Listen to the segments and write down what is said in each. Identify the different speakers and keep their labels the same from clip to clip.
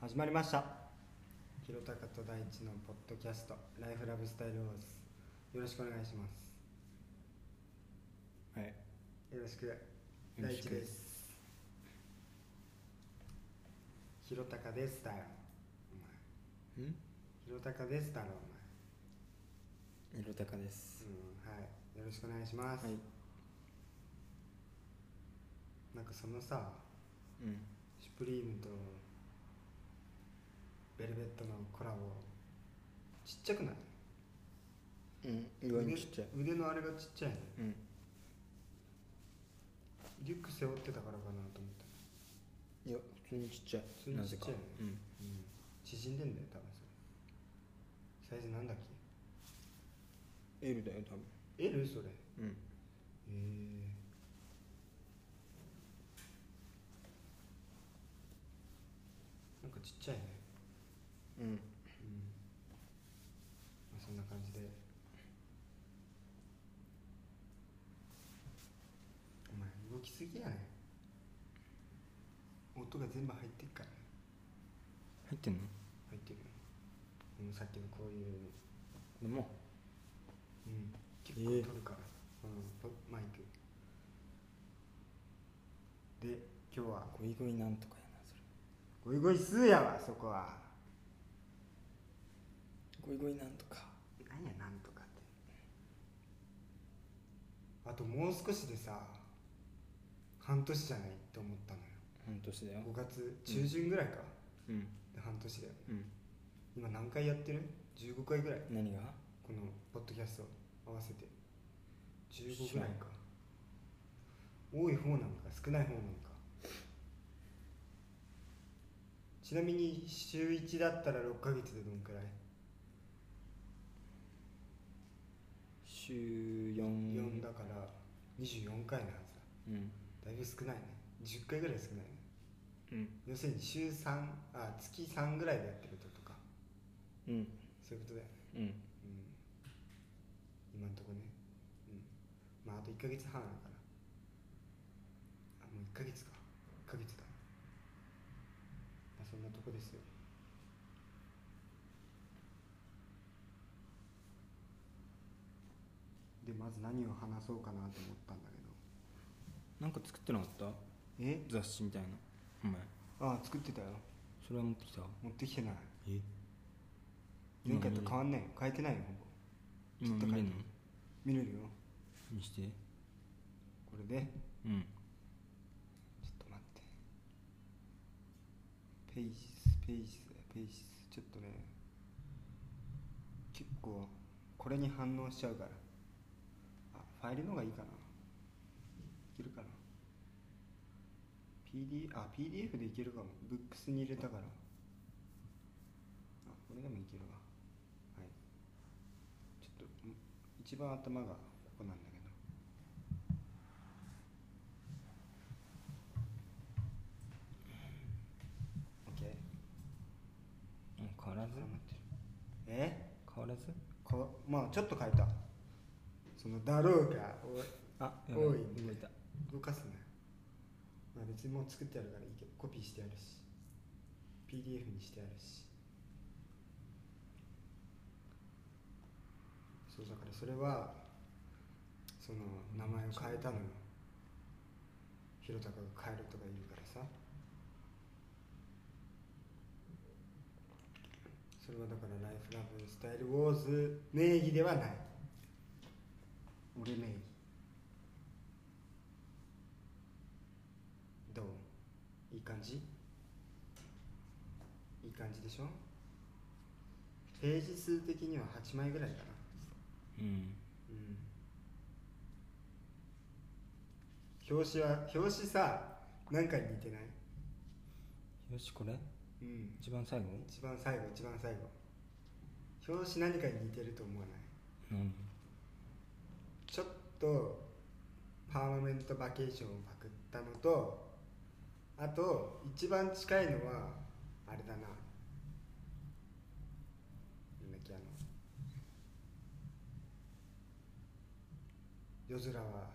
Speaker 1: 始まりました広高と大地のポッドキャストライフラブスタイルウォーズよろしくお願いします
Speaker 2: はい、
Speaker 1: よろしく
Speaker 2: ろ
Speaker 1: 大
Speaker 2: し
Speaker 1: 地
Speaker 2: く
Speaker 1: です広高ですだよお前
Speaker 2: うん
Speaker 1: 広高ですだろお
Speaker 2: いろたかです、
Speaker 1: 前うんはいよろしくお願いします、
Speaker 2: はい
Speaker 1: なんかそのさ
Speaker 2: うん
Speaker 1: シュプリームとベルベットのコラボちっちゃくない
Speaker 2: うん上
Speaker 1: 腕
Speaker 2: にちっちゃい
Speaker 1: 腕のあれがちっちゃいね
Speaker 2: うん
Speaker 1: リュック背負ってたからかなと思った、
Speaker 2: いや普通にちっちゃい
Speaker 1: 普通にちっちゃいね
Speaker 2: なぜかうん
Speaker 1: うん、縮んでんだよ多分それサイズなんだっけ
Speaker 2: L だよ多分
Speaker 1: L それへ
Speaker 2: うん
Speaker 1: えなんかちっちゃいね
Speaker 2: うん
Speaker 1: うん、まあ、そんな感じでお前動きすぎやね音が全部入ってっからね
Speaker 2: 入ってんの
Speaker 1: 入ってるよもうさっきのこういう、
Speaker 2: でも
Speaker 1: うん、結
Speaker 2: え
Speaker 1: 構
Speaker 2: え
Speaker 1: 撮るから、うんマイクで今日は
Speaker 2: ゴイゴイなんとかやなそれ
Speaker 1: ゴイゴイスーやわそこは
Speaker 2: ゴイゴイなんとか
Speaker 1: 何やなんとかってあともう少しでさ半年じゃないって思ったのよ
Speaker 2: 半年だよ
Speaker 1: 5月中旬ぐらいか、
Speaker 2: うん
Speaker 1: で半年だよ
Speaker 2: うん
Speaker 1: 今何回やってる ?15 回ぐらい
Speaker 2: 何が
Speaker 1: このポッドキャスト合わせて15ぐらいか多い方なのか少ない方なのかちなみに週1だったら6ヶ月でどんくらい
Speaker 2: 週4
Speaker 1: ?4 だから24回なはずだ
Speaker 2: うん
Speaker 1: だいぶ少ないね10回ぐらい少ないね
Speaker 2: うん
Speaker 1: 要するに週3あ月3ぐらいでやってるってことか
Speaker 2: うん
Speaker 1: そういうことだよね
Speaker 2: う
Speaker 1: うん
Speaker 2: ん
Speaker 1: 今んとこねうんまああと1ヶ月半あるからあもう1ヶ月か1ヶ月だまあそんなとこですよでまず何を話そうかなと思ったんだけど
Speaker 2: なんか作ってなかった
Speaker 1: え
Speaker 2: 雑誌みたいなお前
Speaker 1: ああ作ってたよ
Speaker 2: それは持ってきた
Speaker 1: 持ってきてない
Speaker 2: え
Speaker 1: 前回と変わんないよ変えてないよほぼ
Speaker 2: 今見れ
Speaker 1: 変え
Speaker 2: ん
Speaker 1: て
Speaker 2: の
Speaker 1: 見れるよ
Speaker 2: 見して
Speaker 1: これで
Speaker 2: うん
Speaker 1: ちょっと待ってページスページスページスちょっとね結構これに反応しちゃうからあファイルの方がいいかないけるかな PD あ PDF でいけるかもブックスに入れたからあこれでもいけるわはいちょっとん一番頭がここなんだけどオッケー
Speaker 2: うん変わらず
Speaker 1: 挟まってるえ
Speaker 2: 変わらず
Speaker 1: こまあちょっと変えたその「だろうが」を
Speaker 2: あやばい
Speaker 1: おい
Speaker 2: 動いた
Speaker 1: 動かすねまあ別にもう作ってあるからいいけどコピーしてあるし PDF にしてあるしそうだからそれはその名前を変えたのよひろたかが変えるとか言うからさそれはだから「ライフラブスタイルウォーズ」名義ではない俺名義どういい感じいい感じでしょページ数的には8枚ぐらいかな
Speaker 2: うん
Speaker 1: うん表紙は表紙さ何かに似てない
Speaker 2: よしこれ
Speaker 1: うん
Speaker 2: 一番最後
Speaker 1: 一番最後一番最後表紙何かに似てると思わない
Speaker 2: うん
Speaker 1: ちょっとパーマメントバケーションをパクったのとあと一番近いのはあれだななんだっけあの夜空は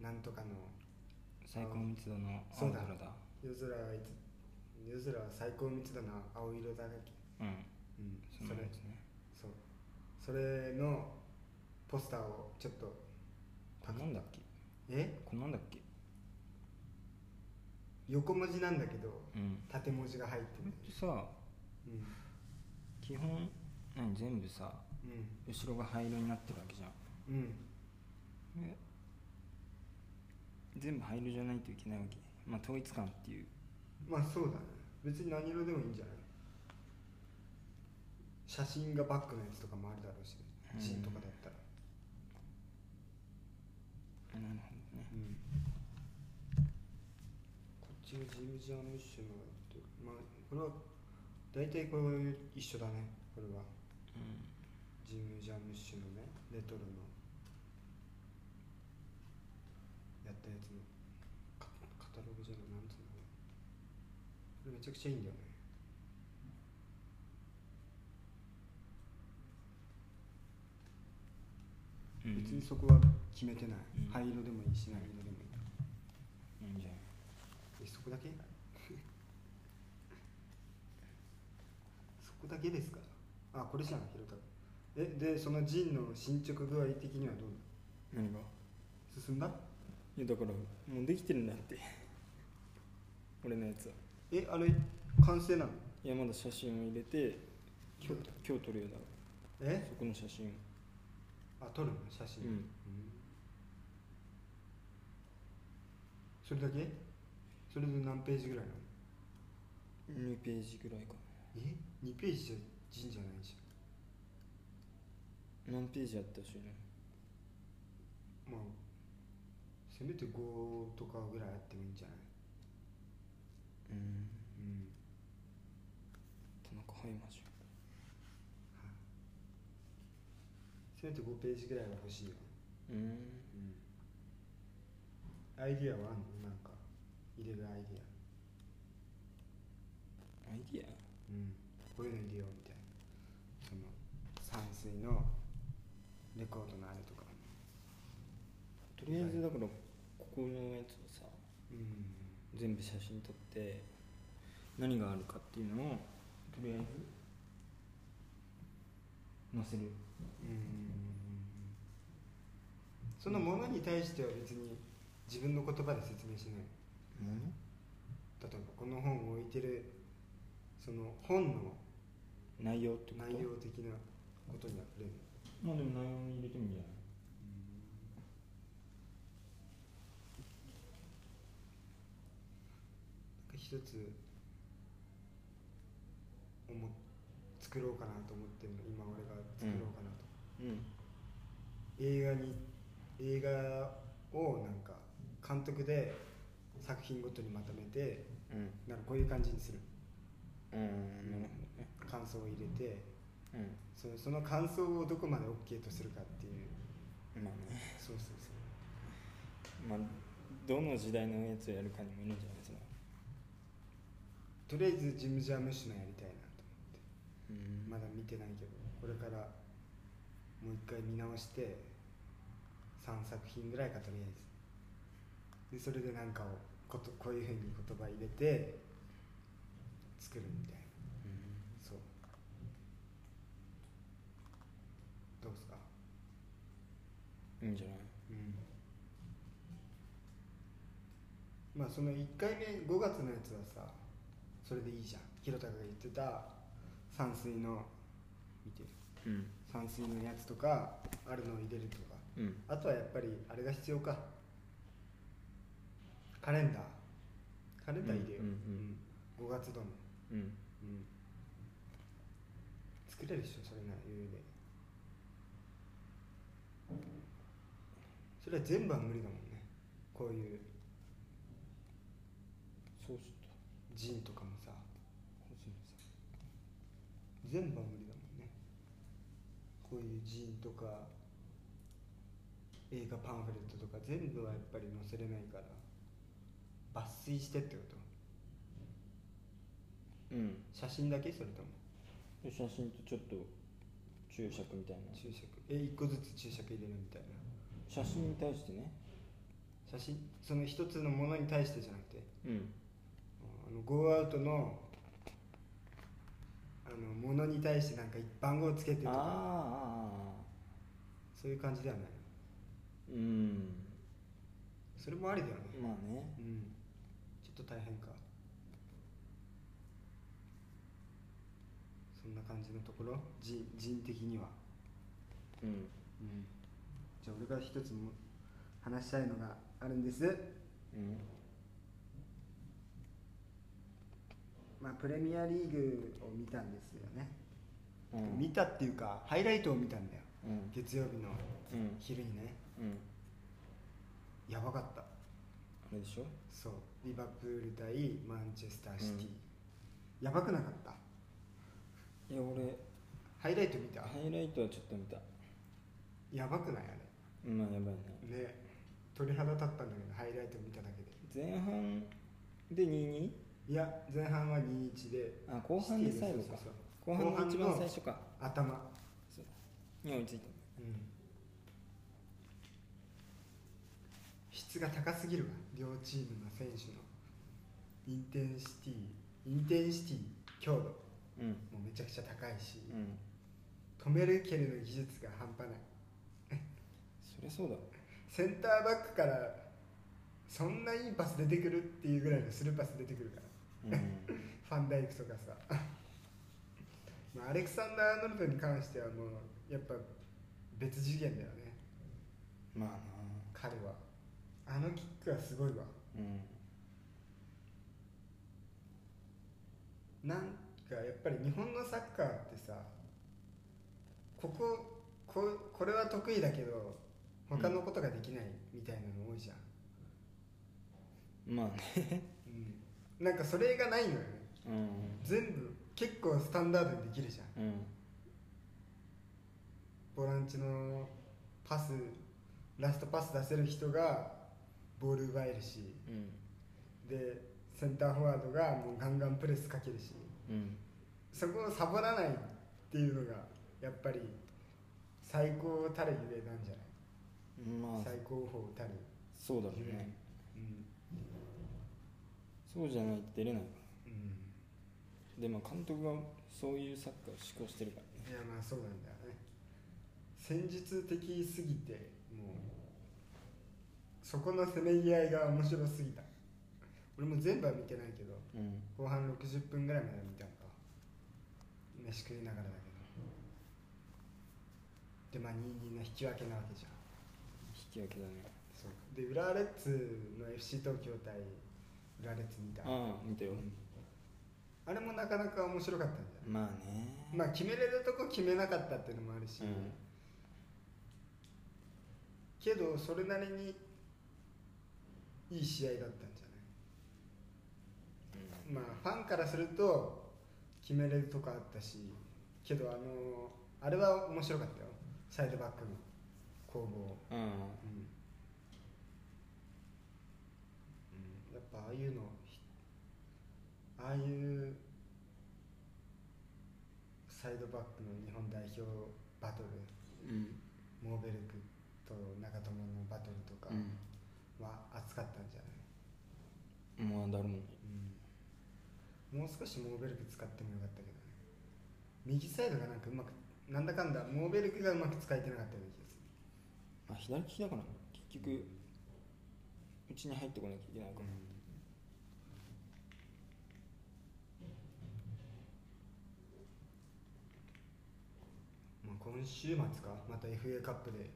Speaker 1: なんとかの
Speaker 2: 最高密度の
Speaker 1: そうだ
Speaker 2: 青空だ
Speaker 1: 夜空はいつ夜空は最高密度の青色だらけ、
Speaker 2: うん
Speaker 1: うん、
Speaker 2: そん
Speaker 1: そ
Speaker 2: な
Speaker 1: れ
Speaker 2: やつね
Speaker 1: そうそれのポスターをちょっと
Speaker 2: こんなんだっけ
Speaker 1: え
Speaker 2: こんなんだっけ
Speaker 1: 横文字なんだけど
Speaker 2: うん
Speaker 1: 縦文字が入って
Speaker 2: これ
Speaker 1: る
Speaker 2: ってさ
Speaker 1: うん
Speaker 2: 基本何全部さ後ろが灰色になってるわけじゃん
Speaker 1: うんうん
Speaker 2: え全部灰色じゃないといけないわけまあ統一感っていう
Speaker 1: まあそうだね別に何色でもいいんじゃない写真がバックのやつとかもあるだろうし
Speaker 2: うん
Speaker 1: 写真とかだったら
Speaker 2: なるほどね
Speaker 1: うんこっちがジルジアの一種のまあこれは大体これ一緒だねこれは
Speaker 2: う
Speaker 1: ジム・ジャムッシュのねレトロのやったやつのカカタログじゃないなんつうのこれめちゃくちゃいいんだよね
Speaker 2: ん
Speaker 1: 別にそこは決めてない、
Speaker 2: うん
Speaker 1: 灰色でもいいし何色でもいい
Speaker 2: いいんじゃない
Speaker 1: えそこだけそこだけですかあこれじゃん広田えでそのジンの進捗具合的にはどう
Speaker 2: 何が
Speaker 1: 進んだ
Speaker 2: いやだからもうできてるんだって 俺のやつは
Speaker 1: えあれ完成なの
Speaker 2: いやまだ写真を入れて今日今日撮るよだか
Speaker 1: え
Speaker 2: らそこの写真を
Speaker 1: あ撮るの写真、
Speaker 2: うん
Speaker 1: それだけそれで何ページぐらいなの
Speaker 2: 2ページぐらいか
Speaker 1: え2ページじゃ人じゃないじ
Speaker 2: な何ページあったしね
Speaker 1: ゃんまあせめて5とかぐらいあってもいいんじゃない
Speaker 2: うん
Speaker 1: うん
Speaker 2: 田中入りましょ
Speaker 1: せめて5ページぐらいは欲しいよ、
Speaker 2: ううん
Speaker 1: アイディアはあんのなんか入れるアイディア
Speaker 2: アイディア
Speaker 1: うんこういうの入れようみたいなその山水のレコードのあれとか
Speaker 2: とりあえずだからここのやつをさ
Speaker 1: うん
Speaker 2: 全部写真撮って何があるかっていうのをとりあえず載せる
Speaker 1: うんうんうんうんそのものに対しては別に自分の言葉で説明しない
Speaker 2: もの
Speaker 1: 例えばこの本を置いてるその本の
Speaker 2: 内容ってこと
Speaker 1: 内容的なことには触れる
Speaker 2: まあでも内容に入れてもいいんじゃない
Speaker 1: なんか一つ思っ作ろうかなと思ってるの今俺が作ろうかなと、
Speaker 2: うん
Speaker 1: 映画に映画をなんか監督で作品ごとにまとめて
Speaker 2: うん
Speaker 1: なんかこういう感じにする
Speaker 2: うんなるほどね
Speaker 1: 感想を入れて
Speaker 2: う
Speaker 1: そのその感想をどこまで OK とするかっていうん
Speaker 2: まあね
Speaker 1: そうそうそう
Speaker 2: まあどの時代のやつをやるかにもよるんじゃないですか
Speaker 1: とりあえずジム・ジャームッシュのやりたいなと思って
Speaker 2: うん
Speaker 1: まだ見てないけどこれからもう一回見直して3作品ぐらいかとりあえずでそれでなんかをことこういうふうに言葉入れて作るみたいなそうどうですか
Speaker 2: いいんじゃない
Speaker 1: うんまあその1回目5月のやつはさそれでいいじゃん広田が言ってた山水の見てる
Speaker 2: うん
Speaker 1: 山水のやつとかあるのを入れるとか
Speaker 2: うん
Speaker 1: あとはやっぱりあれが必要かカレンダーカレンダー入れよう、
Speaker 2: う
Speaker 1: うん5
Speaker 2: ん
Speaker 1: 月度の、
Speaker 2: うん
Speaker 1: うん、作れるでしょそれなら余裕でそれは全部は無理だもんねこういう
Speaker 2: そうすると
Speaker 1: ジンとかもさ
Speaker 2: そうするとさ
Speaker 1: 全部は無理だもんねこういうジンとか映画パンフレットとか全部はやっぱり載せれないから抜粋してってこと
Speaker 2: うん
Speaker 1: 写真だけそれとも
Speaker 2: で写真とちょっと注釈みたいな
Speaker 1: 注釈え一個ずつ注釈入れるみたいな
Speaker 2: 写真に対してね
Speaker 1: 写真その一つのものに対してじゃなくて
Speaker 2: うん
Speaker 1: ああのゴーアウトのあのものに対してなんか番号つけてと
Speaker 2: ああ
Speaker 1: か
Speaker 2: ああ
Speaker 1: そういう感じではない
Speaker 2: うん
Speaker 1: それもありだよね
Speaker 2: まあね
Speaker 1: うんちょっと大変かそんな感じのところ人人的には
Speaker 2: うん
Speaker 1: うんじゃあ俺から一つも話したいのがあるんです
Speaker 2: うん
Speaker 1: まあプレミアリーグを見たんですよね、
Speaker 2: うん
Speaker 1: 見たっていうかハイライトを見たんだよ
Speaker 2: うん
Speaker 1: 月曜日の
Speaker 2: うん
Speaker 1: 昼にね
Speaker 2: うん
Speaker 1: やばかった
Speaker 2: あれでしょ
Speaker 1: そうリバプール対マンチェスターシティ、やばくなかった
Speaker 2: いや俺
Speaker 1: ハイライト見た
Speaker 2: ハイライトはちょっと見た
Speaker 1: やばくないあ
Speaker 2: まあやばいね
Speaker 1: れね鳥肌立ったんだけどハイライト見ただけで
Speaker 2: 前半で22
Speaker 1: いや前半は2-1で
Speaker 2: あ後半で
Speaker 1: シティ
Speaker 2: 最
Speaker 1: が
Speaker 2: 後
Speaker 1: そう
Speaker 2: か
Speaker 1: そうそう
Speaker 2: 後半の一番
Speaker 1: 後半の
Speaker 2: 最初か
Speaker 1: そう頭
Speaker 2: そうに追いついた
Speaker 1: うん質が高すぎるわ両チームの選手のインテンシティインテンシティ強度
Speaker 2: うん
Speaker 1: もうめちゃくちゃ高いし、
Speaker 2: うん
Speaker 1: 止めるけれど技術が半端ない
Speaker 2: そりゃそうだろ
Speaker 1: センターバックからそんないいパス出てくるっていうぐらいのスルーパス出てくるから
Speaker 2: うん
Speaker 1: ファンダイクとかさ まあアレクサンダー・アーノルドに関してはもうやっぱ別次元だよね
Speaker 2: まあな
Speaker 1: 彼はあのキックはすごいわ
Speaker 2: うん
Speaker 1: なんかやっぱり日本のサッカーってさここここれは得意だけど他のことができないみたいなの多いじゃん、
Speaker 2: まあね
Speaker 1: うん、なんかそれがないのよね
Speaker 2: うん
Speaker 1: 全部結構スタンダードにできるじゃん
Speaker 2: うん
Speaker 1: ボランチのパスラストパス出せる人がボール奪えるし
Speaker 2: うん
Speaker 1: でセンターフォワードがもうガンガンプレスかけるし
Speaker 2: うん
Speaker 1: そこをサボらないっていうのがやっぱり最高たるゆえなんじゃ
Speaker 2: ま
Speaker 1: ない
Speaker 2: あ
Speaker 1: 最高峰たる
Speaker 2: そうだろう
Speaker 1: ゆえ
Speaker 2: ね
Speaker 1: うん、
Speaker 2: そうじゃないと出れないから
Speaker 1: うん、
Speaker 2: でも監督がそういうサッカーを志向してるか
Speaker 1: い
Speaker 2: らね
Speaker 1: やまあそうなんだよね戦術的すぎてもうそこのせめぎ合いが面白すぎた俺も全部は見てないけど
Speaker 2: うん
Speaker 1: 後半60分ぐらいまで見たのか飯食いながらだけどでまあ2 2の引き分けなわけじゃん
Speaker 2: 引き分けだね
Speaker 1: そうで浦和レッズの FC 東京対浦和レッズ見たあ
Speaker 2: ああ見たよ
Speaker 1: れもなかなか面白かったんじゃない
Speaker 2: まあね
Speaker 1: まあ決めれるとこ決めなかったっていうのもあるし、
Speaker 2: うん
Speaker 1: けどそれなりにいい試合だったんじゃないまあファンからすると決めれるとこあったしけどあのあれは面白かったよサイドバックの攻防
Speaker 2: うんうん
Speaker 1: うんやっぱああいうのひああいうサイドバックの日本代表バトル
Speaker 2: うん
Speaker 1: モーベルクと長友のバトルとかは熱かったんじゃない、
Speaker 2: うんまあだろうね
Speaker 1: うんもう少しモーベルク使ってもよかったけどね右サイドがなんかうまくなんだかんだモーベルクがうまく使えてなかったような気がする
Speaker 2: まあ左利きだから結局うちに入ってこなきゃいけないから
Speaker 1: まあ、今週末かまた FA カップで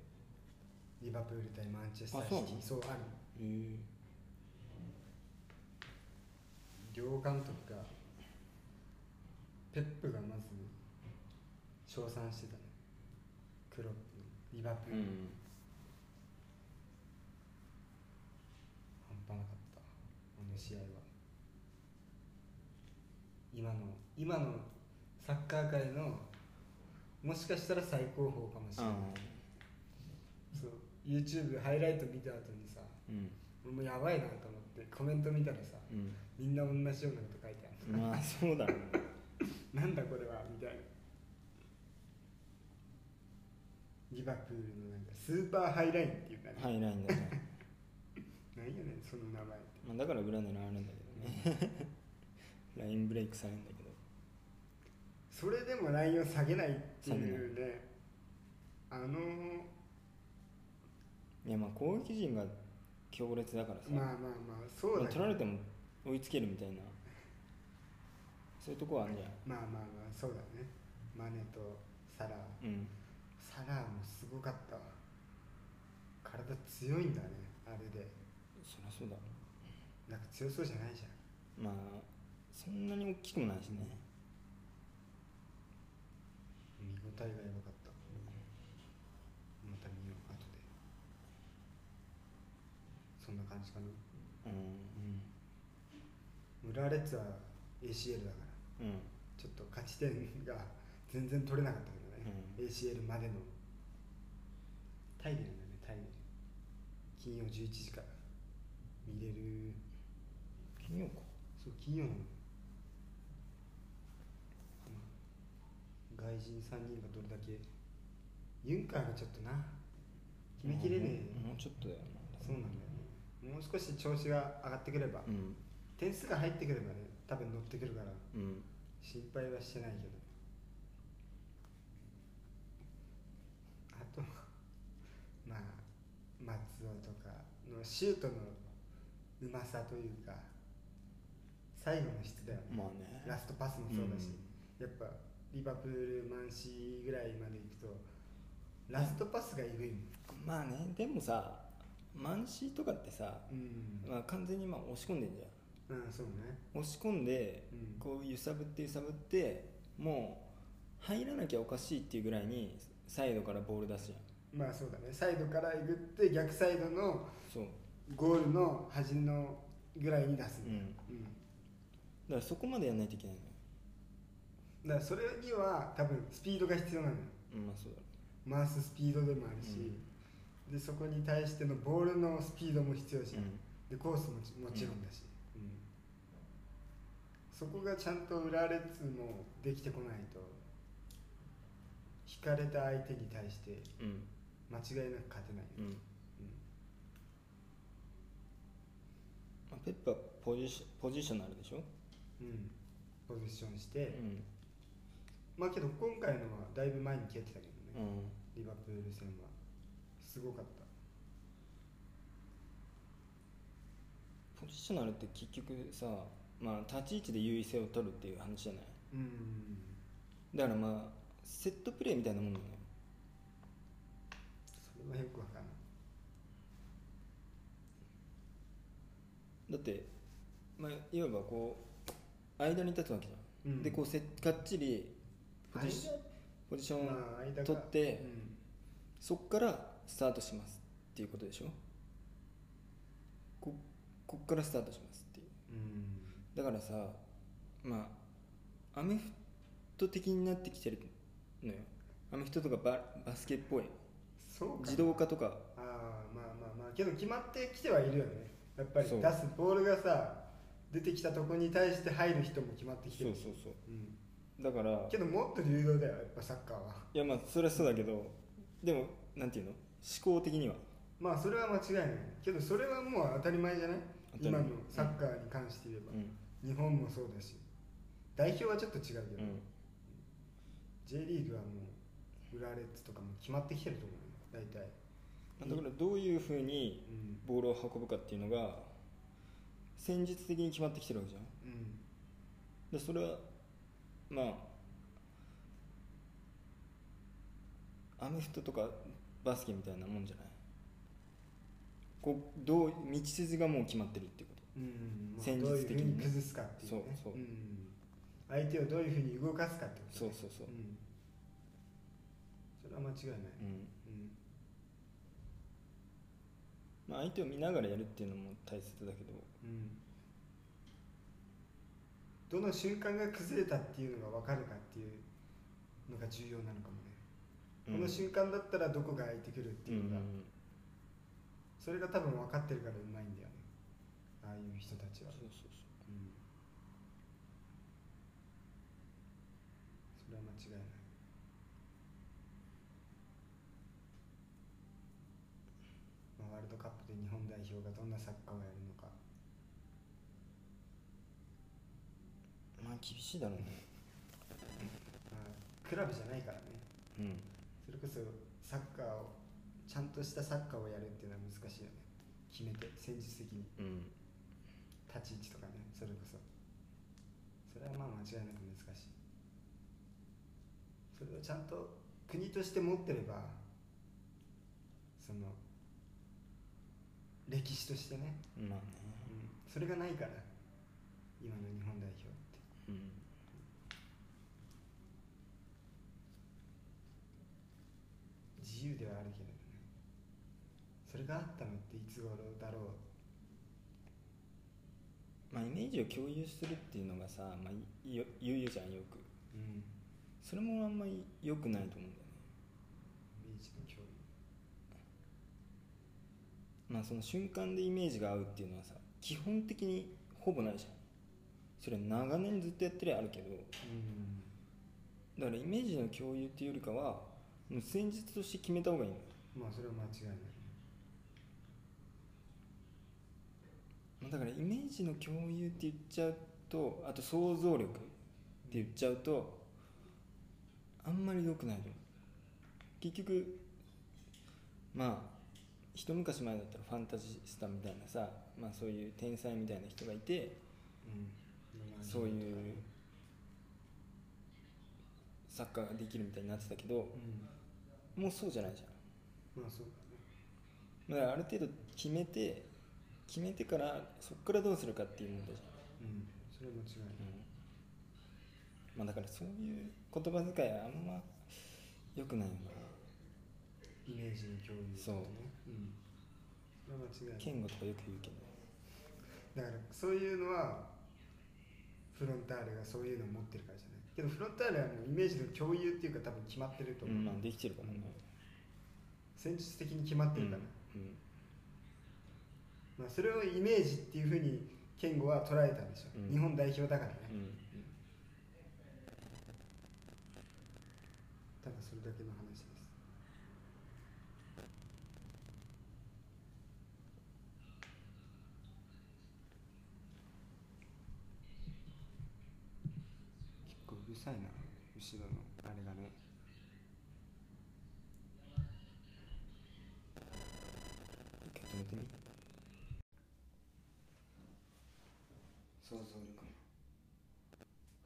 Speaker 1: リバプール対マンチェスター
Speaker 2: あ
Speaker 1: シ
Speaker 2: そうな
Speaker 1: テ
Speaker 2: の
Speaker 1: ィそうある
Speaker 2: へえ
Speaker 1: 両監督がペップがまず称賛してたねクロップのリバプー
Speaker 2: う
Speaker 1: ル、
Speaker 2: ん
Speaker 1: 半端なかったあの試合は今の今のサッカー界のもしかしたら最高峰かもしれない、そう YouTube ハイライト見た後にさ
Speaker 2: うん
Speaker 1: 俺もうやばいなと思ってコメント見たらさ
Speaker 2: うん
Speaker 1: みんな同じようなこと書いてある、
Speaker 2: まあそうだろうね
Speaker 1: なんだこれはみたいなリバプールのなんかスーパーハイラインっていうかね、
Speaker 2: ハイラインだね
Speaker 1: なんやねんその名前って
Speaker 2: まあだから裏狙われるんだけどね LINE ブレイクされるんだけど
Speaker 1: それでもラインを下げないっていうねあの
Speaker 2: いやまあ攻撃陣が強烈だからさ、
Speaker 1: まあまあまあそうだ
Speaker 2: まあ
Speaker 1: け
Speaker 2: 取
Speaker 1: ど
Speaker 2: られても追いつけるみたいなそういうとこはあるんじゃない
Speaker 1: まあまあまあそうだねマネとサラー
Speaker 2: うん
Speaker 1: サラーもすごかったわ体強いんだねあれで
Speaker 2: そりゃそうだ
Speaker 1: なんか強そうじゃないじゃん
Speaker 2: まあそんなに大きくもないしね
Speaker 1: 見応えがやばかったまた見よう後でそんな感じかな
Speaker 2: うん
Speaker 1: 村レッツは ACL だから
Speaker 2: うん
Speaker 1: ちょっと勝ち点が全然取れなかったけどね、
Speaker 2: うん
Speaker 1: ACL までのタイでなんだよねタイで金曜11時から見れる
Speaker 2: 金曜か
Speaker 1: そう金曜の、外人3人がどれだけユンカーがちょっとな決めきれねえ、
Speaker 2: もうもうちょっとだよな
Speaker 1: そうなんだよねもう少し調子が上がってくれば、
Speaker 2: うん
Speaker 1: 点数が入ってくればね多分乗ってくるから
Speaker 2: うん
Speaker 1: 心配はしてないけどあとはまあ松尾とかのシュートのうまさというか最後の質だよね、
Speaker 2: まあね
Speaker 1: ラストパスもそうだし、やっぱリバプールマンシーぐらいまで行くとラストパスがえぐいもん
Speaker 2: まあねでもさマンシーとかってさ、
Speaker 1: うん、
Speaker 2: まあ、完全にまあ押し込んでんじゃ
Speaker 1: うん、そうね
Speaker 2: ん押し込んで
Speaker 1: うん
Speaker 2: こう揺さぶって揺さぶってもう入らなきゃおかしいっていうぐらいにサイドからボール出すじゃん
Speaker 1: まあそうだねサイドからえぐって逆サイドの
Speaker 2: そう
Speaker 1: ゴールの端のぐらいに出すんだよ、うん
Speaker 2: だからそこまでやんないといけないの
Speaker 1: だ
Speaker 2: よ
Speaker 1: からそれには多分スピードが必要なのよ
Speaker 2: うんまあそうだ
Speaker 1: 回
Speaker 2: ろ
Speaker 1: すスピードでもあるし、でそこに対してのボールのスピードも必要じゃん、
Speaker 2: うん
Speaker 1: でコースもちもちろんだし、うんそこがちゃんと裏列もできてこないと引かれた相手に対して
Speaker 2: うん
Speaker 1: 間違いなく勝てないよ
Speaker 2: う
Speaker 1: ね、
Speaker 2: ん、
Speaker 1: うん
Speaker 2: まあ、ペップはポジシポジショナルでしょ
Speaker 1: うんポジションし
Speaker 2: う
Speaker 1: て、
Speaker 2: ん
Speaker 1: まあけど今回のはだいぶ前に蹴ってたけどね、
Speaker 2: う
Speaker 1: リ
Speaker 2: ん
Speaker 1: バプール戦はすごかった
Speaker 2: ポジショナルって結局さまあ立ち位置で優位性を取るっていう話じゃない
Speaker 1: うん
Speaker 2: だからまあセットプレーみたいなもんだよね
Speaker 1: それはよくわかんない
Speaker 2: だって、まあ、いわばこう間に立つわけじゃん、
Speaker 1: うん
Speaker 2: でこうせがっちりポジシ
Speaker 1: 間
Speaker 2: ポジション
Speaker 1: まあ間が
Speaker 2: 取って
Speaker 1: うん
Speaker 2: そっからスタートしますっていうことでしょここっからスタートしますっていう
Speaker 1: うん
Speaker 2: だからさまあアメフト的になってきてるのよアメフトとかババスケっぽい
Speaker 1: そうか
Speaker 2: 自動化とか
Speaker 1: ああまあまあまあけど決まってきてはいるよねやっぱり
Speaker 2: そ
Speaker 1: 出
Speaker 2: う
Speaker 1: すボールがさ出てきたとこに対して入る人も決まってきて
Speaker 2: そう
Speaker 1: る、
Speaker 2: そうそう
Speaker 1: ん、
Speaker 2: うだから
Speaker 1: けどもっと流動だよやっぱサッカーはい
Speaker 2: やまあそれはそうだけどでもなんていうの思考的には
Speaker 1: まあそれは間違いないけどそれはもう当たり前じゃない
Speaker 2: 当たり
Speaker 1: 今
Speaker 2: 前
Speaker 1: のサッカーに関して言えば
Speaker 2: う、ん
Speaker 1: 日本もそうだし代表はちょっと違うけど、
Speaker 2: うん、
Speaker 1: J リーグはもう浦和レッズとかも決まってきてると思うよ大体
Speaker 2: だからどういうふうに
Speaker 1: うん
Speaker 2: ボールを運ぶかっていうのが戦術的に決まってきてるわけじゃん
Speaker 1: うん
Speaker 2: でそれはまあアメフトとかバスケみたいなもんじゃないこうどう道筋がもう決まってるっていうこ
Speaker 1: うんまあ
Speaker 2: 戦
Speaker 1: どうい
Speaker 2: 術
Speaker 1: うふう
Speaker 2: 的にね
Speaker 1: に崩すかっていうね、
Speaker 2: そうそうん
Speaker 1: 相手をどういうふうに動かすかってことと
Speaker 2: そう
Speaker 1: ね
Speaker 2: そうそう、
Speaker 1: ん、それは間違いない、
Speaker 2: うん
Speaker 1: うん
Speaker 2: まあ、相手を見ながらやるっていうのも大切だけど
Speaker 1: うんどの瞬間が崩れたっていうのが分かるかっていうのが重要なのかもね、この瞬間だったらどこが空いてくるっていうのが、
Speaker 2: うん
Speaker 1: それが多分分かってるからうまいんだよねああいう人たち
Speaker 2: そう
Speaker 1: は、
Speaker 2: そうそう
Speaker 1: うん、それは間違いないまあワールドカップで日本代表がどんなサッカーをやるのか
Speaker 2: 厳しいだろうね
Speaker 1: まあ、クラブじゃないからね
Speaker 2: うん
Speaker 1: それこそサッカーをちゃんとしたサッカーをやるっていうのは難しいよね決めて戦術的に
Speaker 2: うん
Speaker 1: 立ち位置とかねそれこそそれはまあ間違いなく難しいそれをちゃんと国として持ってればその歴史としてね、
Speaker 2: まあね
Speaker 1: うん、それがないから今の日本代表って
Speaker 2: うん
Speaker 1: 自由ではあるけれどねそれがあったのっていつ頃だろう
Speaker 2: まあイメージを共有するっていうのがさ、まあ、いよ言うじゃんよく
Speaker 1: うん
Speaker 2: それもあんまり良くないと思うんだよね
Speaker 1: イメージの共有
Speaker 2: まあその瞬間でイメージが合うっていうのはさ基本的にほぼないじゃんそれは長年ずっとやってりゃあるけど
Speaker 1: うん
Speaker 2: だからイメージの共有っていうよりかはもう戦術として決めた方がいいのよ、
Speaker 1: まあそれは間違いない
Speaker 2: まあ、だからイメージの共有って言っちゃうとあと想像力って言っちゃうとあんまり良くないと思う結局まあ一昔前だったらファンタジスタみたいなさ、まあ、そういう天才みたいな人がいて
Speaker 1: うん
Speaker 2: そういうサッカーができるみたいになってたけど
Speaker 1: うん
Speaker 2: もうそうじゃないじゃん
Speaker 1: まあそうだね
Speaker 2: だからある程度決めて決めてからそこからどうするかっていう問題じ
Speaker 1: うんそれは間違い
Speaker 2: ゃ
Speaker 1: ない
Speaker 2: ん、うんまあ、だからそういう言葉遣いはあんま良くないよ
Speaker 1: イメージの共有とかねうんそれは間違いない
Speaker 2: な健吾とかよく言うけど
Speaker 1: だからそういうのはフロンターレがそういうのを持ってるからじゃないけどフロンターレはもうイメージの共有っていうか多分決まってると
Speaker 2: う
Speaker 1: 思う、
Speaker 2: んまあできてるからね
Speaker 1: 戦術的に決まってるから、
Speaker 2: うん
Speaker 1: まあ、それをイメージっていうふうに健吾は捉えたんでしょ、
Speaker 2: うん
Speaker 1: 日本代表だからね、
Speaker 2: うん
Speaker 1: ただそれだけの話です結構うるさいな後ろのあれがね
Speaker 2: 一回止めてみ
Speaker 1: 想像力の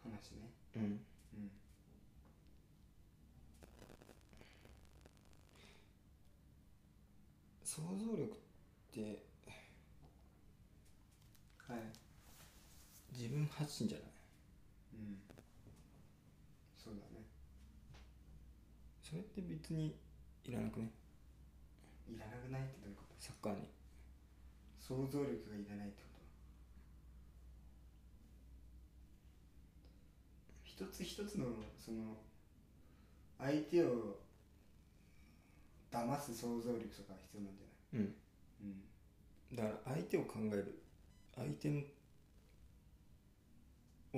Speaker 1: 話ね
Speaker 2: うん
Speaker 1: うん
Speaker 2: 想像力って
Speaker 1: はい
Speaker 2: 自分発信じゃない
Speaker 1: うんそうだね
Speaker 2: それって別にいらなくね
Speaker 1: いらなくないってどういうこと
Speaker 2: サッカーに
Speaker 1: 想像力がいらないってこと一つ一つのその相手を騙す想像力とか必要なんじ
Speaker 2: うん
Speaker 1: ゃない、
Speaker 2: だから相手を考える相手の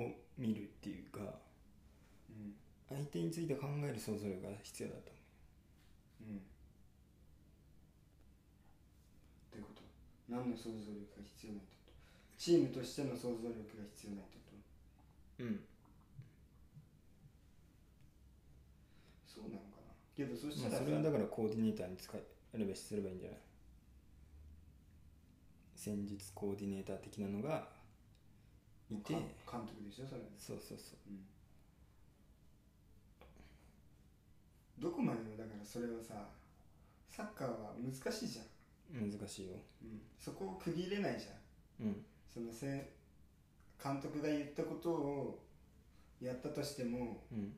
Speaker 2: を見るっていうか
Speaker 1: うん
Speaker 2: 相手について考える想像力が必要だと思
Speaker 1: うんうんどういうこと何の想像力が必要ないってことチームとしての想像力が必要ないってこと
Speaker 2: ううん
Speaker 1: そうなのかなけどそしたら
Speaker 2: まあ、
Speaker 1: さ
Speaker 2: それはだからコーディネーターに使えればすればいいんじゃない戦術コーディネーター的なのがいて
Speaker 1: か監督でしょそれ
Speaker 2: そうそうそ
Speaker 1: う
Speaker 2: う
Speaker 1: んどこまでもだからそれはさサッカーは難しいじゃん、
Speaker 2: 難しいよ
Speaker 1: うん、そこを区切れないじゃん
Speaker 2: うん
Speaker 1: そのせん監督が言ったことをやったとしても
Speaker 2: うん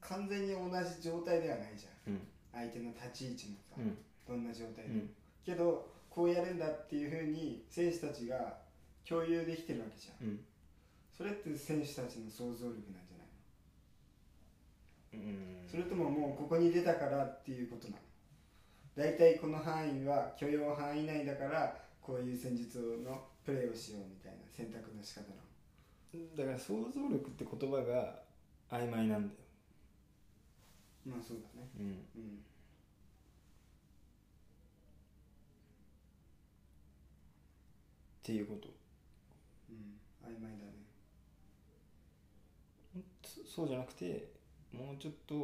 Speaker 1: 完全に同じ状態ではないじゃん
Speaker 2: うん
Speaker 1: 相手の立ち位置もさ、
Speaker 2: うん
Speaker 1: どんな状態
Speaker 2: う
Speaker 1: でも、
Speaker 2: ん
Speaker 1: けどこうやるんだっていうふうに選手たちが共有できてるわけじゃん
Speaker 2: うん
Speaker 1: それって選手たちの想像力なんじゃないの
Speaker 2: うん
Speaker 1: それとももうここに出たからっていうことなの大体この範囲は許容範囲内だからこういう戦術のプレーをしようみたいな選択の仕方なの
Speaker 2: だから想像力って言葉が曖昧なんだよ
Speaker 1: まあそうだね
Speaker 2: う
Speaker 1: う
Speaker 2: ん
Speaker 1: ん
Speaker 2: っていうこと
Speaker 1: うん曖昧だね
Speaker 2: そそうじゃなくてもうちょっと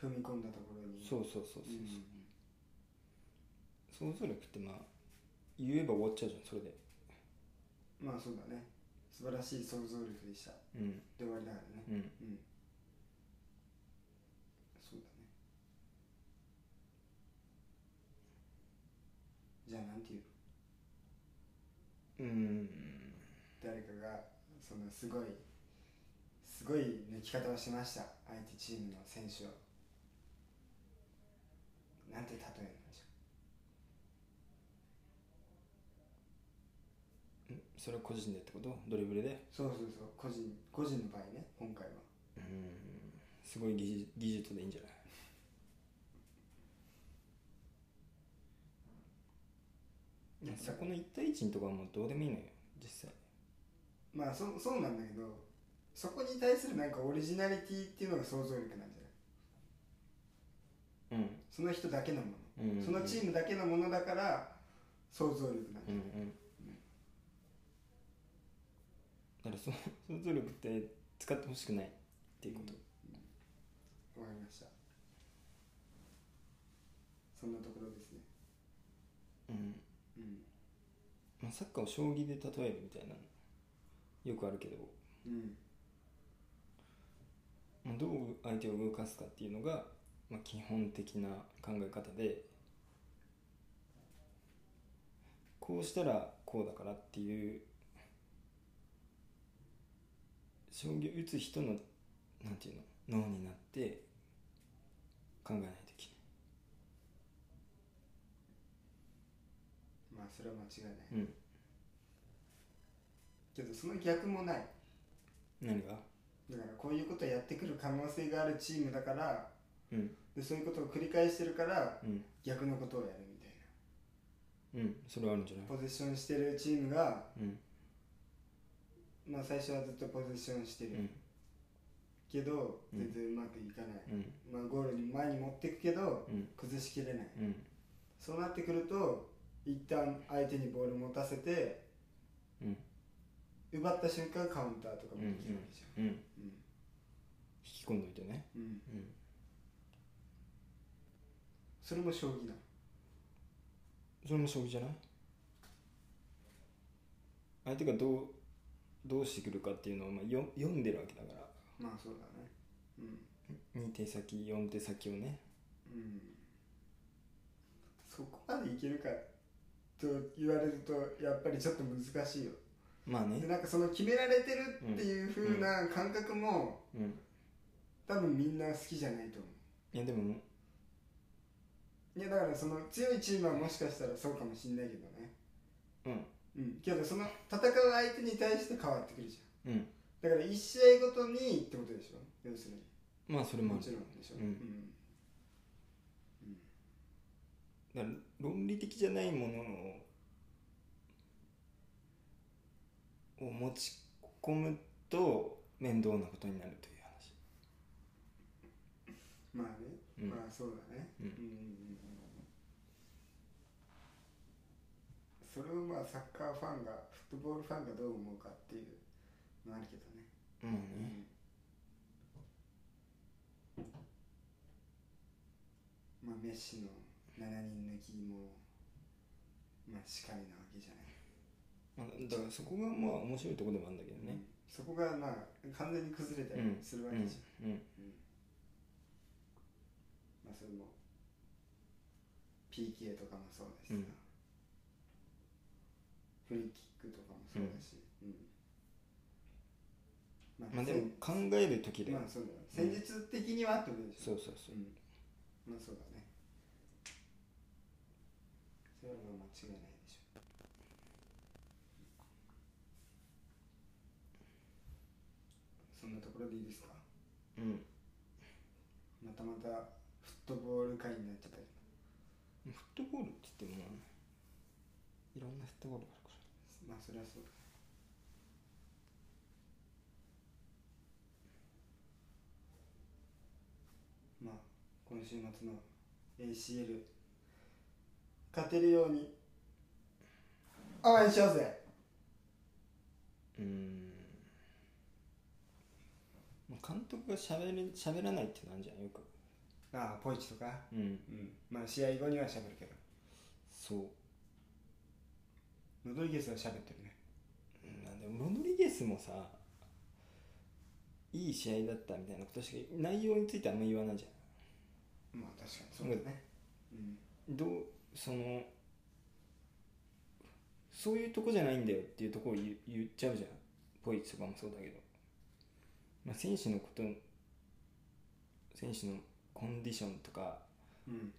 Speaker 1: 踏み込んだところに
Speaker 2: そうそうそうそう
Speaker 1: うん
Speaker 2: そう、想像力ってまあ言えば終わっちゃうじゃんそれで
Speaker 1: まあそうだね素晴らしい想像力でした
Speaker 2: うん
Speaker 1: で終わりだからね
Speaker 2: うん
Speaker 1: うんそうだねじゃあなんていうの
Speaker 2: うん
Speaker 1: 誰かがそのすごいすごい抜き方をしました相手チームの選手をなんて例えるんでしょ
Speaker 2: それは個人でってことドリブルで
Speaker 1: うそうそうそう個人個人の場合ね今回は
Speaker 2: うんすごい技術技術でいいんじゃないいやそこの1対1のとこはもうどうでもいいのよ実際
Speaker 1: まあそそうなんだけどそこに対するなんかオリジナリティっていうのが想像力なんじゃない
Speaker 2: うん
Speaker 1: その人だけのもの
Speaker 2: うん
Speaker 1: そのチームだけのものだから想像力なん
Speaker 2: う
Speaker 1: だ
Speaker 2: んうんだからその想像力って使ってほしくないっていうこと、
Speaker 1: わかりましたそんなところですね
Speaker 2: うん
Speaker 1: うん
Speaker 2: まあ、サッカーを将棋で例えるみたいなのよくあるけど、
Speaker 1: うん
Speaker 2: まあ、どう相手を動かすかっていうのが、まあ、基本的な考え方でこうしたらこうだからっていう将棋を打つ人のなんていうの脳になって考えないといけ
Speaker 1: まあそれは間違いない
Speaker 2: ない、うん、
Speaker 1: けどその逆もない
Speaker 2: 何が
Speaker 1: だからこういうことやってくる可能性があるチームだから
Speaker 2: うん
Speaker 1: でそういうことを繰り返してるから
Speaker 2: うん
Speaker 1: 逆のことをやるみたいな
Speaker 2: うんそれはあるんじゃない
Speaker 1: ポゼッションしてるチームが、
Speaker 2: うん
Speaker 1: まあ、最初はずっとポゼッションしてる、
Speaker 2: うん
Speaker 1: けど
Speaker 2: うん
Speaker 1: 全然うまくいかない、
Speaker 2: うん
Speaker 1: まあ、ゴールに前に持ってくけど
Speaker 2: うん
Speaker 1: 崩しきれない
Speaker 2: うん
Speaker 1: そうなってくると一旦相手にボール持たせて
Speaker 2: うん
Speaker 1: 奪った瞬間カウンターとかもできるわけじ
Speaker 2: うん
Speaker 1: ゃ
Speaker 2: 引
Speaker 1: ん
Speaker 2: き込んどいてね
Speaker 1: うん、うん、
Speaker 2: うん
Speaker 1: それも将棋なの
Speaker 2: それも将棋じゃない相手がどうどうしてくるかっていうのを、まあ、よ読んでるわけだから
Speaker 1: まあそうだねうん
Speaker 2: 2手先4手先をね
Speaker 1: うんそこまでいけるかと言われるとやっぱりちょっと難しいよ
Speaker 2: まあ
Speaker 1: で
Speaker 2: ね
Speaker 1: なんかその決められてるっていう風な感覚も
Speaker 2: うん
Speaker 1: 多分みんな好きじゃないと思
Speaker 2: いやでも
Speaker 1: ういやだからその強いチームはもしかしたらそうかもしんないけどね
Speaker 2: うん
Speaker 1: うんけどその戦う相手に対して変わってくるじ
Speaker 2: うん
Speaker 1: ゃんだから1試合ごとにってことでしょ要するに
Speaker 2: まあそれも
Speaker 1: も
Speaker 2: あ
Speaker 1: ち
Speaker 2: る
Speaker 1: ろんでしょ
Speaker 2: うん
Speaker 1: うん
Speaker 2: だから論理的じゃないものをを持ち込むと面倒なことになるという話
Speaker 1: まあね、
Speaker 2: うん
Speaker 1: まあそうだね、
Speaker 2: うん
Speaker 1: うんうんうんそれをまあサッカーファンがフットボールファンがどう思うかっていうのあるけどね、
Speaker 2: まあね
Speaker 1: うんまあメッシの7人抜きもまあしかりなわけじゃない
Speaker 2: まあだからそこがまあ面白いところでもあるんだけどね、
Speaker 1: そこがまあ完全に崩れたりするわけじゃん、
Speaker 2: うんうん
Speaker 1: まあそれも PK とかもそうだしさ、
Speaker 2: うん
Speaker 1: フリーキックとかもそうだし、うんま
Speaker 2: まあでも
Speaker 1: 戦
Speaker 2: 考える時だよ、
Speaker 1: まあそうだね戦術的にはってことでし
Speaker 2: そ
Speaker 1: ょ
Speaker 2: うそうそう
Speaker 1: うん、まあそうだねそれはまあ間違いないでしょそんなところでいいですか
Speaker 2: うん
Speaker 1: またまたフットボール会になっちゃったけど
Speaker 2: フットボールって言ってもいろんなフットボールがあるか
Speaker 1: まあそれはそうだまあ今週末の ACL 勝てるように応援しようぜ
Speaker 2: らうーん監督がしゃべる喋らないっていうのあるじゃんよく
Speaker 1: ああポイチとか
Speaker 2: うん
Speaker 1: うんまあ試合後には喋るけど
Speaker 2: そう
Speaker 1: ロドリゲスは喋ってるね
Speaker 2: うんなんでもロドリゲスもさいい試合だったみたいなことしか内容についてあんま言わないじゃん
Speaker 1: まあ確かにそうだねうん
Speaker 2: どうそのそういうとこじゃないんだよっていうところを言言っちゃうじゃんポイチとかもそうだけど、まあ、選手のこと選手のコンディションとか、
Speaker 1: うん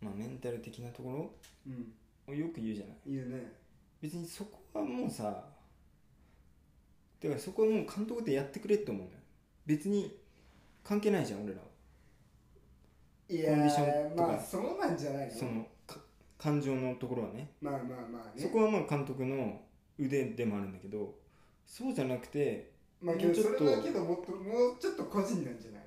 Speaker 2: まあ、メンタル的なとこ
Speaker 1: うん
Speaker 2: ろをよく言うじゃない
Speaker 1: 言うね
Speaker 2: 別にそこはもうさだからそこはもう監督でやってくれって思うのよ別に関係ないじゃん俺らはいコンディションとか
Speaker 1: まあそうなんじゃないの
Speaker 2: そのか感情のところはね
Speaker 1: まあまあまあね
Speaker 2: そこはまあ監督の腕でもあるんだけどそうじゃなくて
Speaker 1: まあけど
Speaker 2: もうち
Speaker 1: そ
Speaker 2: ょっと
Speaker 1: れはけどもっともうちょっと個人なんじゃないの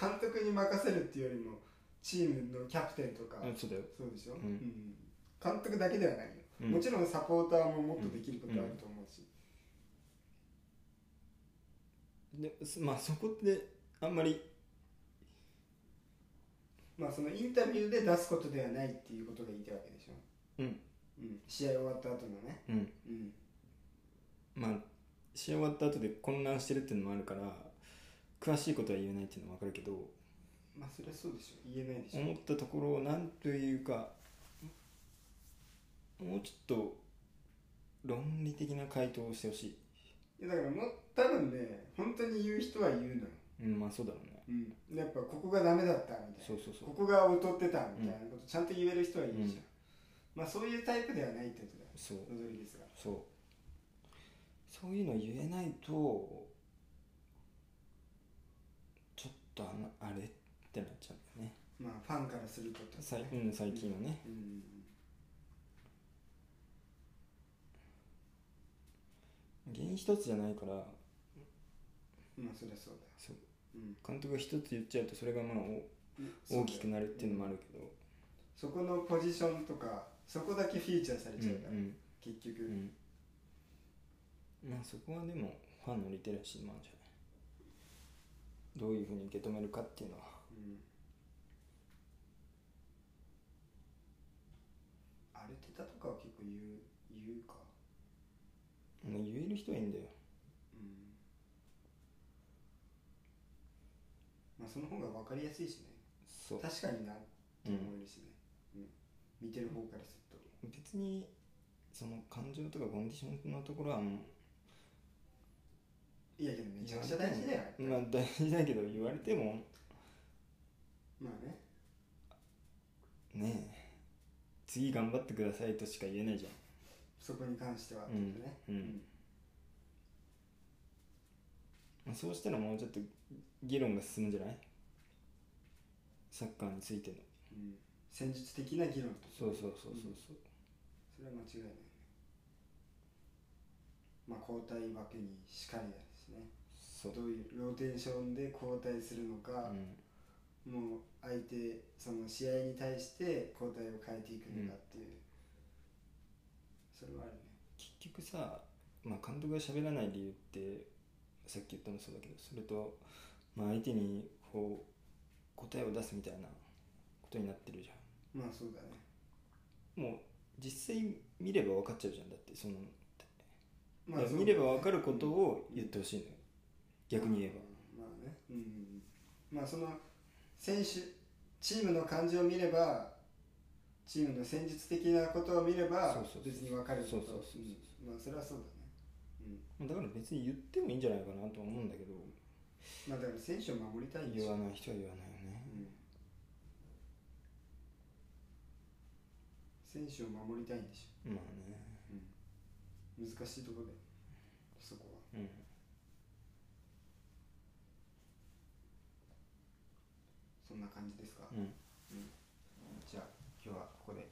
Speaker 1: 監督に任せるっていうよりもチームのキャプテンとか、
Speaker 2: あそうだよ、
Speaker 1: そうでしょ、
Speaker 2: ん
Speaker 1: うん監督だけではないよ、
Speaker 2: うん
Speaker 1: もちろんサポーターももっとできることあると思うし、
Speaker 2: ですまあそこってあんまり
Speaker 1: まあそのインタビューで出すことではないっていうことが言いたいわけでしょ、
Speaker 2: うん
Speaker 1: うん、試合終わった後のね、
Speaker 2: うん
Speaker 1: うん、
Speaker 2: まあ試合終わった後で混乱してるっていうのもあるから詳しいことは言えないっていうのも分かるけど
Speaker 1: まあそれはそうでしょ言えないでしょ、
Speaker 2: 思ったところをなんというかもうちょっと論理的な回答をしてほしい
Speaker 1: いやだからもう多分ね本当に言う人は言うのよ、
Speaker 2: うんまあそうだろうね
Speaker 1: うん、やっぱここがダメだったみたいな
Speaker 2: そうそうそう
Speaker 1: ここが劣ってたみたいなことちゃんと言える人はいいじゃん、
Speaker 2: うん
Speaker 1: まあそういうタイプではないってことだよ
Speaker 2: そう
Speaker 1: ロドリゲスが
Speaker 2: そうそういうの言えないとちょっとあのあれってなっちゃうんだよね
Speaker 1: まあファンからするとってこと
Speaker 2: 最,、うん、最近のね
Speaker 1: うん
Speaker 2: 原因一つじゃないから
Speaker 1: まあそりゃそうだよ
Speaker 2: そう
Speaker 1: うん
Speaker 2: 監督が一つ言っちゃうとそれがまあお大きくなるっていうのもあるけど
Speaker 1: そこのポジションとかそこだけフィーチャーされ
Speaker 2: うん
Speaker 1: ちゃうから、
Speaker 2: うん
Speaker 1: 結
Speaker 2: う
Speaker 1: 局、
Speaker 2: んまあそこはでもファンのリテラシーもあるんじゃないどういうふうに受け止めるかっていうのは
Speaker 1: うんアルテタとかは結構言う言うか
Speaker 2: もう言える人はいいんだよ
Speaker 1: うんまあその方が分かりやすいしね
Speaker 2: そう
Speaker 1: 確かになって思えるしね、うん見てる方からすると
Speaker 2: 別にその感情とかコンディションのところはもう
Speaker 1: いやけどめちゃくちゃ大事だよ、
Speaker 2: まあ大事だけど言われても
Speaker 1: まあね
Speaker 2: ねえ次頑張ってくださいとしか言えないじゃん
Speaker 1: そこに関してはって
Speaker 2: う
Speaker 1: こ
Speaker 2: ん
Speaker 1: とね、
Speaker 2: うんまあそうしたらもうちょっと議論が進むんじゃないサッカーについての
Speaker 1: うん戦術的な議論と
Speaker 2: そうそうそうそうそう
Speaker 1: それは間違いないねまあ交代枠にしかりだしね
Speaker 2: そう
Speaker 1: どういうローテーションで交代するのか
Speaker 2: う、ん
Speaker 1: もう相手その試合に対して交代を変えていくのかっていう、それはあるね
Speaker 2: 結局さ、まあ、監督が喋らない理由ってさっき言ったのもそうだけどそれと、まあ、相手にこう答えを出すみたいなことになってるじゃ
Speaker 1: まあそうだね
Speaker 2: んもう実際見れば分かっちゃうじゃんだってその、
Speaker 1: まあ
Speaker 2: だから見れば分かることを言ってほしいのよ、逆に言えば
Speaker 1: ばまあねうんうんうんまあその選手チームの感じを見ればチームの戦術的なことを見れば
Speaker 2: そうそうそう
Speaker 1: 別に分かること
Speaker 2: そうそうそうそう
Speaker 1: うんまあそれはそうだねうん
Speaker 2: だから別に言ってもいいんじゃないかなとは思うんだけど
Speaker 1: まあだから選手を守りたいんでしょ、
Speaker 2: 言わない人は言わないよね
Speaker 1: うん、選手を守りたいんでし
Speaker 2: まあね
Speaker 1: ょ、うん、難しいところでそこは
Speaker 2: うん
Speaker 1: そんな感じですか、
Speaker 2: うん
Speaker 1: じゃあ今日はここで